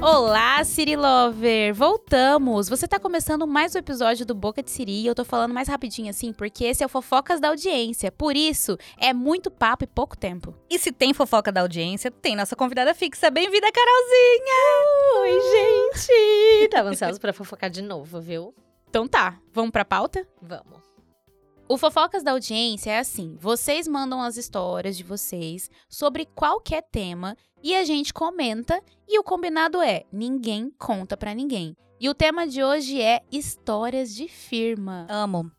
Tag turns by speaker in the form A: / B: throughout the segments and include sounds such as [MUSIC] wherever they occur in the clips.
A: Olá, Siri Lover! Voltamos! Você tá começando mais um episódio do Boca de Siri e eu tô falando mais rapidinho assim, porque esse é o Fofocas da Audiência. Por isso, é muito papo e pouco tempo.
B: E se tem fofoca da audiência, tem nossa convidada fixa. Bem-vinda, Carolzinha!
C: Uh,
B: [LAUGHS]
C: Oi, gente! Tava ansiosa pra fofocar de novo, viu?
A: Então tá, vamos pra pauta?
C: Vamos.
A: O Fofocas da Audiência é assim: vocês mandam as histórias de vocês sobre qualquer tema e a gente comenta, e o combinado é: ninguém conta pra ninguém. E o tema de hoje é histórias de firma.
B: Amo.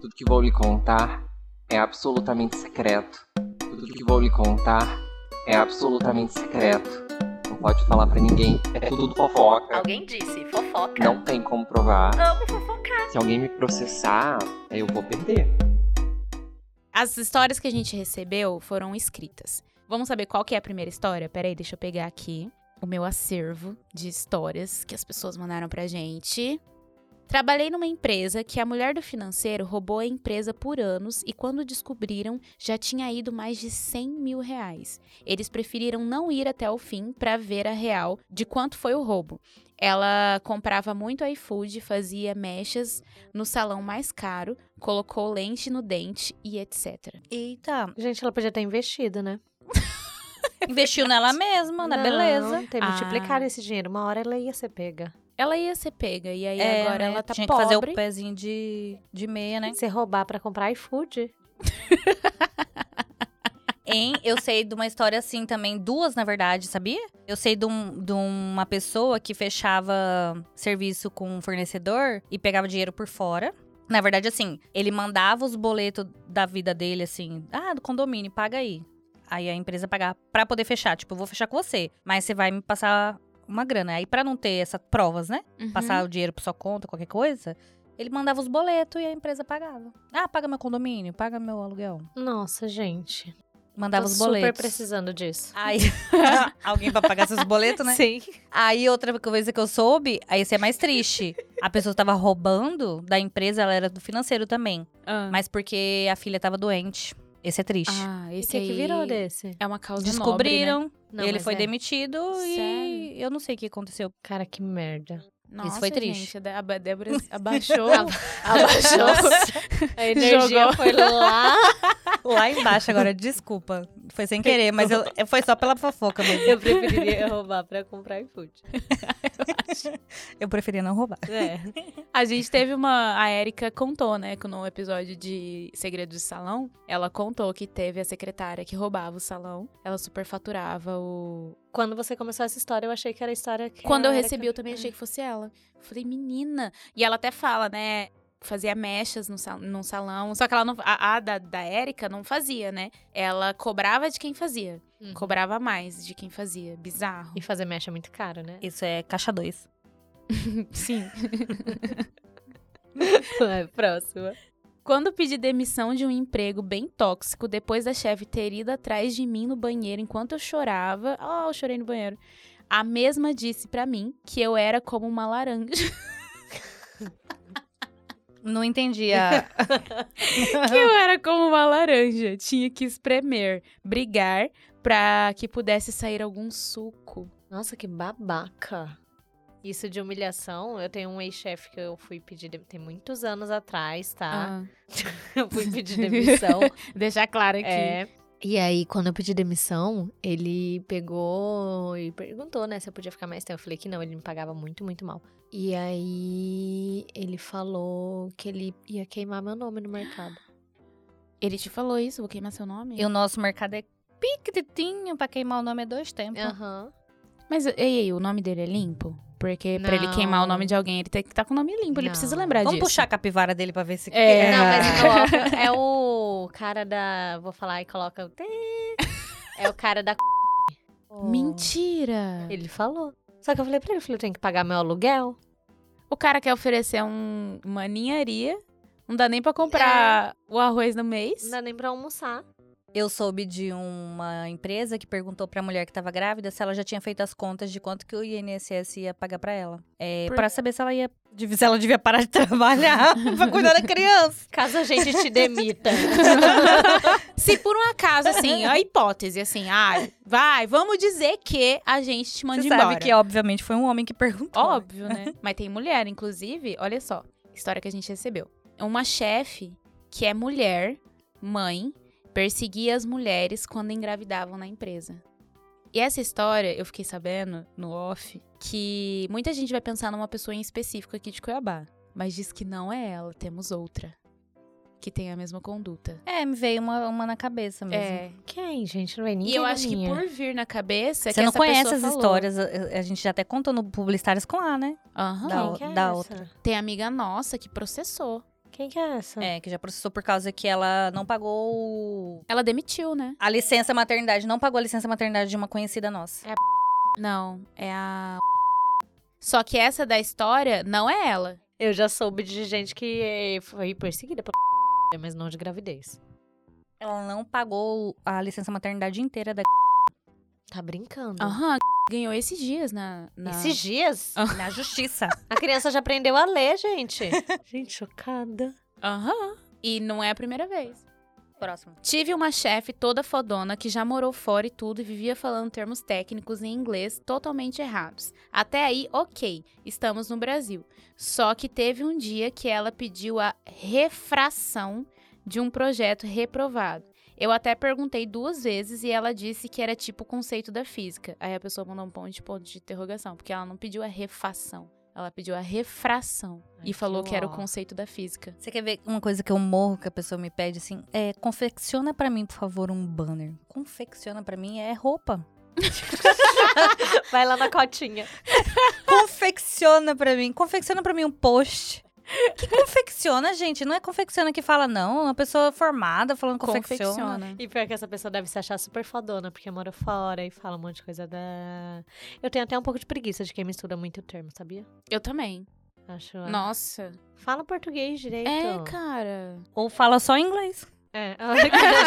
D: Tudo que vou lhe contar é absolutamente secreto. Tudo que vou lhe contar é absolutamente secreto. Não pode falar pra ninguém. É tudo fofoca.
C: Alguém disse fofoca.
D: Não tem como provar.
C: Amo fofocar.
D: Se alguém me processar, eu vou perder.
A: As histórias que a gente recebeu foram escritas. Vamos saber qual que é a primeira história? Peraí, deixa eu pegar aqui o meu acervo de histórias que as pessoas mandaram pra gente. Trabalhei numa empresa que a mulher do financeiro roubou a empresa por anos e quando descobriram já tinha ido mais de 100 mil reais. Eles preferiram não ir até o fim pra ver a real de quanto foi o roubo. Ela comprava muito iFood, fazia mechas no salão mais caro, colocou lente no dente e etc.
B: Eita.
C: Gente, ela podia ter investido, né?
B: Investiu nela mesma, na
C: Não,
B: beleza.
C: Tem
A: Ah.
C: multiplicado esse dinheiro. Uma hora ela ia ser pega.
A: Ela ia ser pega e aí
B: É,
A: agora
B: né?
A: ela tá
B: Tinha
A: pobre.
B: que fazer o pezinho de, de meia, né?
C: Se roubar pra comprar iFood.
B: Hein? Eu sei de uma história assim também, duas na verdade, sabia? Eu sei de, um- de uma pessoa que fechava serviço com um fornecedor e pegava dinheiro por fora. Na verdade, assim, ele mandava os boletos da vida dele, assim, ah, do condomínio, paga aí. Aí a empresa pagava pra poder fechar. Tipo, eu vou fechar com você, mas você vai me passar uma grana. Aí pra não ter essas provas, né?
A: Uhum.
B: Passar o dinheiro pra sua conta, qualquer coisa, ele mandava os boletos e a empresa pagava. Ah, paga meu condomínio, paga meu aluguel.
C: Nossa, gente.
B: Mandava
C: Tô
B: os
C: super
B: boletos.
C: precisando disso.
B: [LAUGHS] Aí, alguém pra pagar seus boletos, né?
C: Sim.
B: Aí, outra coisa que eu soube, aí esse é mais triste. A pessoa tava roubando da empresa, ela era do financeiro também.
A: Ah.
B: Mas porque a filha tava doente. Esse é triste.
A: Ah,
C: E
A: esse
C: o que,
A: aí
C: que virou desse?
A: É uma
B: né?
A: causa
B: Descobriram,
C: Não,
B: ele
C: mas
B: foi
C: é.
B: demitido
A: Sério?
B: e eu não sei o que aconteceu.
C: Cara, que merda.
A: nobre, né? Nossa,
B: foi triste.
A: gente, a Dé- a Débora abaixou.
C: Abaixou. A energia
A: Jogou.
C: foi lá.
B: [LAUGHS] Lá embaixo agora, desculpa. Foi sem querer, mas eu- foi só pela fofoca mesmo.
C: [LAUGHS] Eu preferiria roubar pra comprar iFood.
B: Eu preferia não roubar.
C: É.
A: a gente teve uma. A Érica contou, né? Que no episódio de Segredos de Salão, ela contou que teve a secretária que roubava o salão. Ela superfaturava o.
C: Quando você começou essa história, eu achei que era a história que.
A: Quando eu
C: a Erika-
A: recebi, eu também achei que fosse ela. Eu Falei, menina. E ela até fala, né? Fazia mechas no, sal- num salão. Só que ela não. A, a da, da Érica não fazia, né? Ela cobrava de quem fazia.
C: Uhum.
A: Cobrava mais de quem fazia. Bizarro.
C: E fazer mecha é muito caro,
B: [LAUGHS]
C: né?
B: Isso é caixa 2.
A: Sim.
C: É, próxima.
A: Quando pedi demissão de um emprego bem tóxico, depois da chefe ter ido atrás de mim no banheiro enquanto eu chorava. Oh, eu chorei no banheiro. A mesma disse pra mim que eu era como uma laranja.
B: Não entendi a. [LAUGHS]
A: que [LAUGHS] eu era como uma laranja. Tinha que espremer, brigar pra que pudesse sair algum suco.
C: Nossa, que babaca. Isso de humilhação, eu tenho um ex-chefe que eu fui pedir, de- tem muitos anos atrás, tá?
A: Ah,
C: [LAUGHS] Eu fui pedir [LAUGHS] demissão.
A: deixar claro aqui.
C: É. E aí, quando eu pedi demissão, ele pegou e perguntou, né, se eu podia ficar mais tempo. Eu falei que não, ele me pagava muito, muito mal. E aí, ele falou que ele ia queimar meu nome no mercado.
A: Ele te falou isso? Vou queimar seu nome?
B: E o nosso mercado é piquititinho pra queimar o nome é dois tempos.
C: [GASPS] Aham.
A: Mas, ei, ei, o nome dele é limpo? Porque pra ele
C: Não.
A: queimar o nome de alguém, ele tem que estar com o nome limpo. Ele
C: Não.
A: precisa lembrar
B: Vamos
A: disso.
B: puxar a capivara dele pra ver se.
A: É.
C: Não,
B: [LAUGHS]
C: mas no óculos é o cara da... Vou falar e coloca... o tê. É o cara [LAUGHS] da...
A: Mentira!
C: Ele falou. Só que eu falei pra ele, eu falei, eu tenho que pagar meu aluguel.
A: O cara quer oferecer um, uma ninharia, não dá nem pra
B: É.
A: comprar o arroz no mês.
C: Não dá nem pra almoçar.
B: Eu soube de uma empresa que perguntou pra mulher que tava grávida se ela já tinha feito as contas de quanto que o INSS ia pagar pra ela. É,
A: Por-
B: Pra saber se ela ia. de- Se ela devia parar de [LAUGHS]
C: [LAUGHS]
B: trabalhar pra cuidar da criança.
C: Caso a gente te demita.
A: Se por um acaso,
B: [LAUGHS]
A: assim, a hipótese, assim, ai, vai, vamos dizer que a gente te manda
B: Você
A: embora.
B: sabe que, obviamente, foi um homem que perguntou. né?
A: Óbvio, né? [LAUGHS] Mas tem mulher, inclusive, olha só, história que a gente recebeu. Uma chefe que é mulher, mãe, perseguia as mulheres quando engravidavam na empresa. E essa história, eu fiquei sabendo no off, que muita gente vai pensar numa pessoa em específico aqui de Cuiabá. Mas diz que não é ela, temos outra. Que tem a mesma conduta.
B: É, me veio uma, uma na cabeça mesmo. é
A: É.
C: Quem, gente? Não vai ninguém
A: E eu
C: na
A: acho que
C: minha.
A: por vir na cabeça.
B: Você
A: que
B: não
A: essa
B: conhece
A: pessoa
B: as
A: falou.
B: histórias, a, a gente já até contou no Publicitários com A, né?
A: Aham.
B: da-
C: Quem que é
B: da
C: essa?
B: outra.
A: Tem amiga nossa que processou.
C: Quem que é essa?
B: É, que já processou por causa que ela não pagou o-
A: Ela demitiu, né?
B: a licença maternidade, não pagou a licença maternidade de uma conhecida nossa.
A: Não, é a. Só que essa da história não é ela.
C: Eu já soube de gente que eh, foi perseguida por [LAUGHS] mas não de gravidez.
B: Ela não pagou a licença maternidade inteira [LAUGHS] da
C: Tá brincando.
A: Aham, ganhou esses dias na. na...
C: Esses dias,
B: na justiça.
C: a criança já aprendeu a ler, [LAUGHS] gente. gente, chocada.
A: Aham. E não é a primeira vez.
B: Próximo.
A: Tive uma chefe toda fodona que já morou fora e tudo e vivia falando termos técnicos em inglês totalmente errados. Até aí, ok, estamos no Brasil. Só que teve um dia que ela pediu a refração de um projeto reprovado. Eu até perguntei duas vezes e ela disse que era tipo o conceito da física. Aí a pessoa mandou um ponto de ponto de interrogação, porque ela não pediu a refação. Ela pediu a refração
C: Ai,
A: e falou
C: que
A: que era o
C: ó.
A: conceito da física.
B: Você quer ver uma coisa que eu morro que a pessoa me pede assim? É, confecciona pra mim, por favor, um banner. Confecciona pra mim é roupa.
C: Vai lá na cotinha.
B: confecciona pra mim, confecciona pra mim um post. Que confecciona, gente? Não é confecciona que fala, não. É uma pessoa formada falando confecciona.
A: Confecciona.
C: E pior que essa pessoa deve se achar super fodona, porque mora fora e fala um monte de coisa da... Eu tenho até um pouco de preguiça de quem mistura muito o termo, sabia?
A: Eu também.
C: Acho... é.
A: Nossa.
C: Fala português direito.
A: É, cara. [LAUGHS]
B: Ou fala só inglês.
C: É,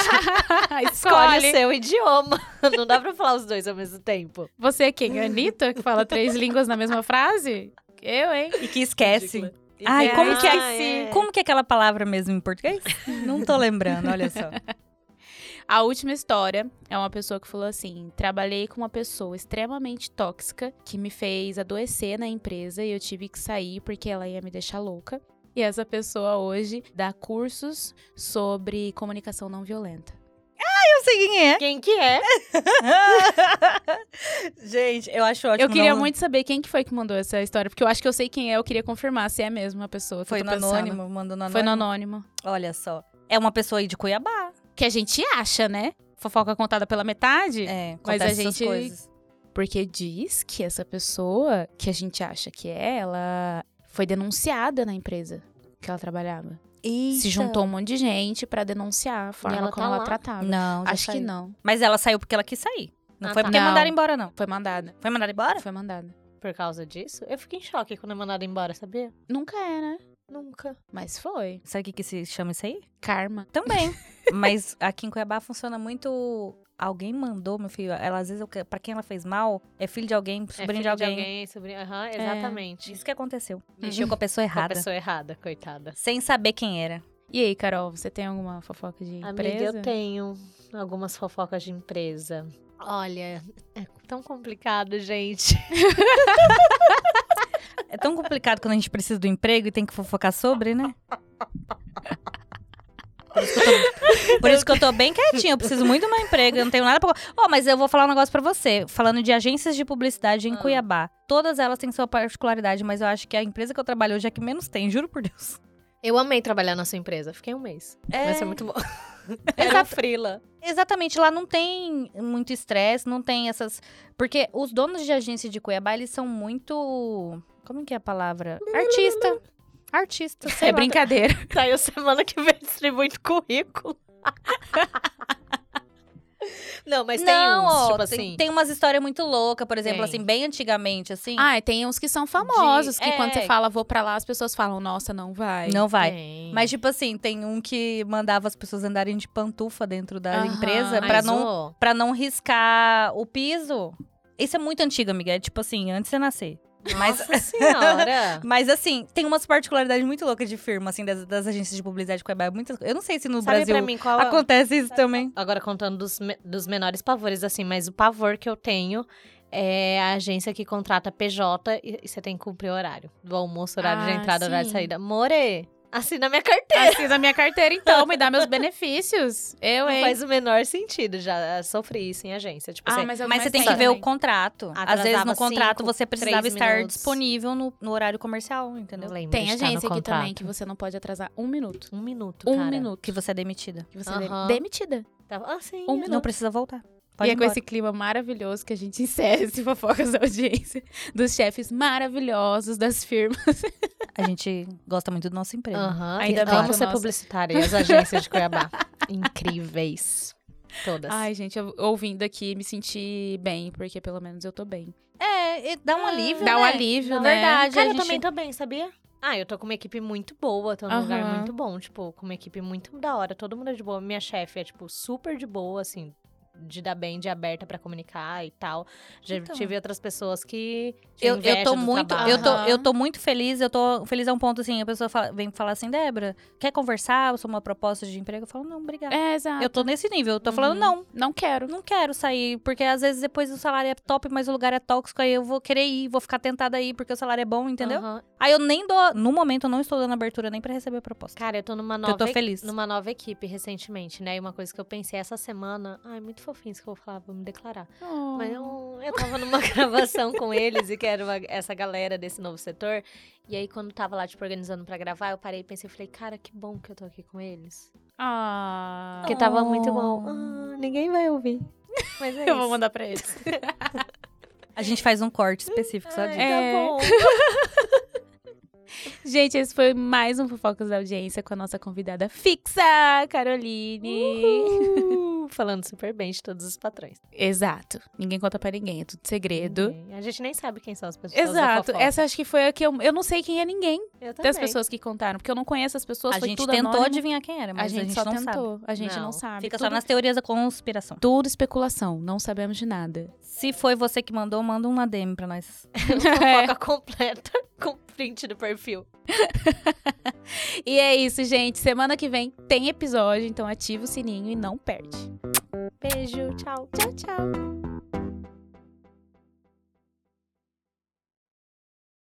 C: [LAUGHS] escolhe.
A: Escolhe.
C: o seu idioma. [LAUGHS] Não dá pra falar os dois ao mesmo tempo.
A: Você é quem? Anitta, que fala [LAUGHS] três línguas na mesma frase? Eu, hein?
B: E que esquece.
C: Ridícula.
B: Ai,
A: É,
B: como que é,
C: ah, é.
B: como que é aquela palavra mesmo em português? Não tô lembrando, olha só.
A: A última história é uma pessoa que falou assim: trabalhei com uma pessoa extremamente tóxica que me fez adoecer na empresa e eu tive que sair porque ela ia me deixar louca. E essa pessoa hoje dá cursos sobre comunicação não violenta.
B: Eu sei quem é.
C: Quem que é?
B: [LAUGHS] gente, eu acho ótimo.
A: eu queria
B: não-
A: muito saber quem que foi que mandou essa história, porque eu acho que eu sei quem é, eu queria confirmar se é mesmo a pessoa que
B: Foi
A: eu tô
B: no
A: pensando.
B: anônimo, mandou no anônimo.
A: Foi no anônimo.
B: Olha só. É uma pessoa aí de Cuiabá.
A: Que a gente acha, né? Fofoca contada pela metade.
B: É,
A: Mas a
B: acontece essas
A: gente-
B: coisas.
A: Porque diz que essa pessoa, que a gente acha que é, ela foi denunciada na empresa que ela trabalhava. Se
B: Eita.
A: juntou um monte de gente pra denunciar a forma
C: ela
A: como
C: tá
A: ela
C: lá?
A: tratava.
B: Não, já
A: acho que
B: saiu.
A: não.
B: Mas ela saiu porque ela quis sair. Não
C: Ah,
B: foi
C: tá.
B: porque
A: Não.
B: mandaram embora, não.
A: Foi mandada.
B: Foi mandada embora?
A: Foi mandada.
C: Por causa disso, eu fico em choque quando é mandada embora, sabia?
A: Nunca é, né?
C: Nunca.
A: Mas foi.
B: Sabe o que, que se chama isso aí?
A: Karma. [LAUGHS]
B: Também. Mas aqui em Cuiabá funciona muito. Alguém mandou, meu filho. Ela às vezes, eu que- pra quem ela fez mal, é filho de alguém, sobrinho
C: filho
B: de alguém.
C: sobrinho... Aham, exatamente.
B: Isso que aconteceu.
A: Uhum.
B: Mexeu com a pessoa
C: Com a
B: errada.
C: pessoa É. errada, coitada.
B: Sem saber quem era.
A: E aí, Carol, você tem alguma fofoca de
C: Amiga,
A: empresa?
C: eu tenho algumas fofocas de empresa. Olha, é tão complicado, gente.
B: É tão complicado quando a gente precisa do emprego e tem que fofocar sobre, né? Por isso que eu tô- Por isso que eu tô bem quietinha. Eu preciso muito do meu emprego. Eu não tenho nada pra. Ó, mas eu vou falar um negócio pra você. Falando de agências de publicidade em
C: Ah.
B: Cuiabá. Todas elas têm sua particularidade, mas eu acho que a empresa que eu trabalho hoje é a que menos tem, juro por Deus.
C: Eu amei trabalhar na sua empresa. Fiquei um mês.
B: É.
C: Mas foi muito [LAUGHS] bom. um
B: Exato.
C: frila.
B: Exatamente, lá não tem muito estresse, não tem essas. Porque os donos de agência de Cuiabá, eles são muito. Como que é a palavra? Artista. Artista. sei
A: É
B: lá.
A: brincadeira.
C: Saiu Tá, semana que vem distribuindo currículo. [LAUGHS] Não, mas tem uns,
B: ó,
C: tipo
B: tem-
C: assim...
B: Tem umas histórias muito loucas, por exemplo,
C: Tem.
B: assim, bem antigamente, assim.
A: Ah, e tem uns que são famosos,
B: De-
A: que quando você
B: é.
A: fala vou pra lá, as pessoas falam, nossa, não vai.
B: não vai.
C: Tem.
B: Mas, tipo assim, tem um que mandava as pessoas andarem de pantufa dentro da
A: Aham,
B: empresa
A: mas
B: pra
C: Mas,
B: não,
C: ô,
B: pra não riscar o piso. Isso é muito antigo, amiga. É tipo assim, antes de você nascer. Mas,
C: Nossa [LAUGHS]
B: [LAUGHS]
C: senhora!
B: mas assim, tem umas particularidades muito loucas de firma, assim, das, das agências de publicidade Coeba. Muitas, eu não sei se no
C: Sabe
B: Brasil
C: pra mim qual é-
B: acontece isso também.
C: Agora contando dos, me- dos menores pavores, assim, mas o pavor que eu tenho é a agência que contrata PJ e, e você tem que cumprir o horário. Do almoço, horário de
A: Ah,
C: entrada, horário de
A: sim.
C: saída. More, assina minha carteira.
A: Assina minha carteira, então, me dá meus benefícios. Eu,
C: Não
A: hein? Ah,
C: faz o menor sentido, já sofri isso em agência. Tipo, assim,
A: eu-
B: Mas você tem que
A: tem
B: ver o
A: também.
B: contrato. Às
C: Atrasava
B: vezes no contrato
C: cinco,
B: você precisava
C: três
B: estar
C: minutos.
B: disponível no, no horário comercial,
C: não
B: entendeu?
C: lembro
A: Tem
C: de estar no
A: agência aqui também
C: contrato.
A: que você não pode atrasar um minuto.
C: Um minuto,
A: Um
C: cara.
A: minuto.
B: Que você é demitida.
A: Que você
C: Aham.
A: deve- demitida.
C: Tava assim,
A: Um
C: ó.
A: minuto.
B: Não precisa voltar. Pode
A: e
B: ir
A: é com
B: embora.
A: esse clima maravilhoso que a gente [LAUGHS] encerra esse fofocas da audiência. Dos chefes maravilhosos das firmas.
B: A gente gosta muito do nosso emprego.
C: Aham.
A: Ainda bem
C: Ainda bem.
A: que o
C: Amo ser
A: nosso-
C: publicitária e as agências de Cuiabá. Incríveis. Todas.
A: Ai, gente, eu, ouvindo aqui, me senti bem, porque pelo menos eu tô bem.
B: É, e dá um alívio,
A: Dá um
B: né?
A: alívio,
B: Na
A: né?
B: verdade,
C: Cara,
B: a gente...
C: eu também tô bem, sabia? Ah, eu tô com uma equipe muito boa, tô num lugar
A: Aham.
C: muito bom, tipo, com uma equipe muito da hora, todo mundo é de boa. Minha chefe é, tipo, super de boa, assim, de dar bem, de aberta pra comunicar e tal. Já
B: Então.
C: tive outras pessoas que. tinham
B: Eu, eu
C: inveja
B: tô
C: do
B: muito,
C: trabalho.
B: eu tô,
A: Aham.
B: eu tô muito feliz, eu tô feliz a um ponto assim, a pessoa fala- vem falar assim, Débora, quer conversar? Eu sou uma proposta de emprego, eu falo, não, obrigada.
A: É, exato.
B: Eu tô nesse nível, eu tô falando,
C: Uhum.
B: não,
A: Não quero.
B: não quero sair, porque às vezes depois o salário é top, mas o lugar é tóxico, aí eu vou querer ir, vou ficar tentada aí, porque o salário é bom, entendeu?
C: Aham.
B: Aí eu nem dou, no momento eu não estou dando abertura nem pra receber a proposta.
C: Cara, eu tô numa
B: Porque
C: nova.
B: eu tô feliz.
C: Numa nova equipe recentemente, né? E uma coisa que eu pensei essa semana. Ai, muito fofinho isso que eu vou falar, vou me declarar.
A: Hum.
C: Mas eu, eu tava numa [LAUGHS] gravação com eles e que era uma- essa galera desse novo setor. E aí, quando tava lá, tipo, organizando pra gravar, eu parei e pensei, falei, cara, que bom que eu tô aqui com eles.
A: Ah.
C: Porque tava muito bom.
B: Oh.
C: Ah, ninguém vai ouvir. Mas
A: [LAUGHS]
C: é
A: Eu vou
C: isso.
A: mandar pra eles.
B: A gente faz um corte específico só
C: [LAUGHS] Ai,
B: disso.
A: É.
C: tá bom.
A: Gente, esse foi mais um Fofocas da Audiência com a nossa convidada fixa, Caroline.
C: Uhul. [LAUGHS] Falando super bem de todos os patrões.
A: Exato. Ninguém conta pra ninguém, é tudo segredo.
C: Ninguém- A gente nem sabe quem são as pessoas. da
A: Exato.
C: Uhum. fofoca.
A: Essa acho que foi a que eu, eu não sei quem é ninguém
C: eu
A: das
C: também.
A: pessoas que contaram, porque eu não conheço as pessoas,
B: A
A: foi
B: gente
A: tudo
B: tentou
A: anônimo.
B: adivinhar quem era,
A: a
B: mas
A: gente,
B: não
A: só
B: sabe.
A: tentou, a gente não,
C: Não.
A: sabe.
B: Fica
A: tudo,
B: só nas teorias da conspiração.
A: tudo especulação, não sabemos de
B: [LAUGHS]
A: nada.
B: Se foi você que mandou, manda uma DM pra nós.
A: [LAUGHS] É.
C: Fofoca completa com print do perfil.
A: E é isso, gente. Semana que vem tem episódio, então ativa o sininho e não perde.
C: Beijo, tchau.
A: Tchau, tchau.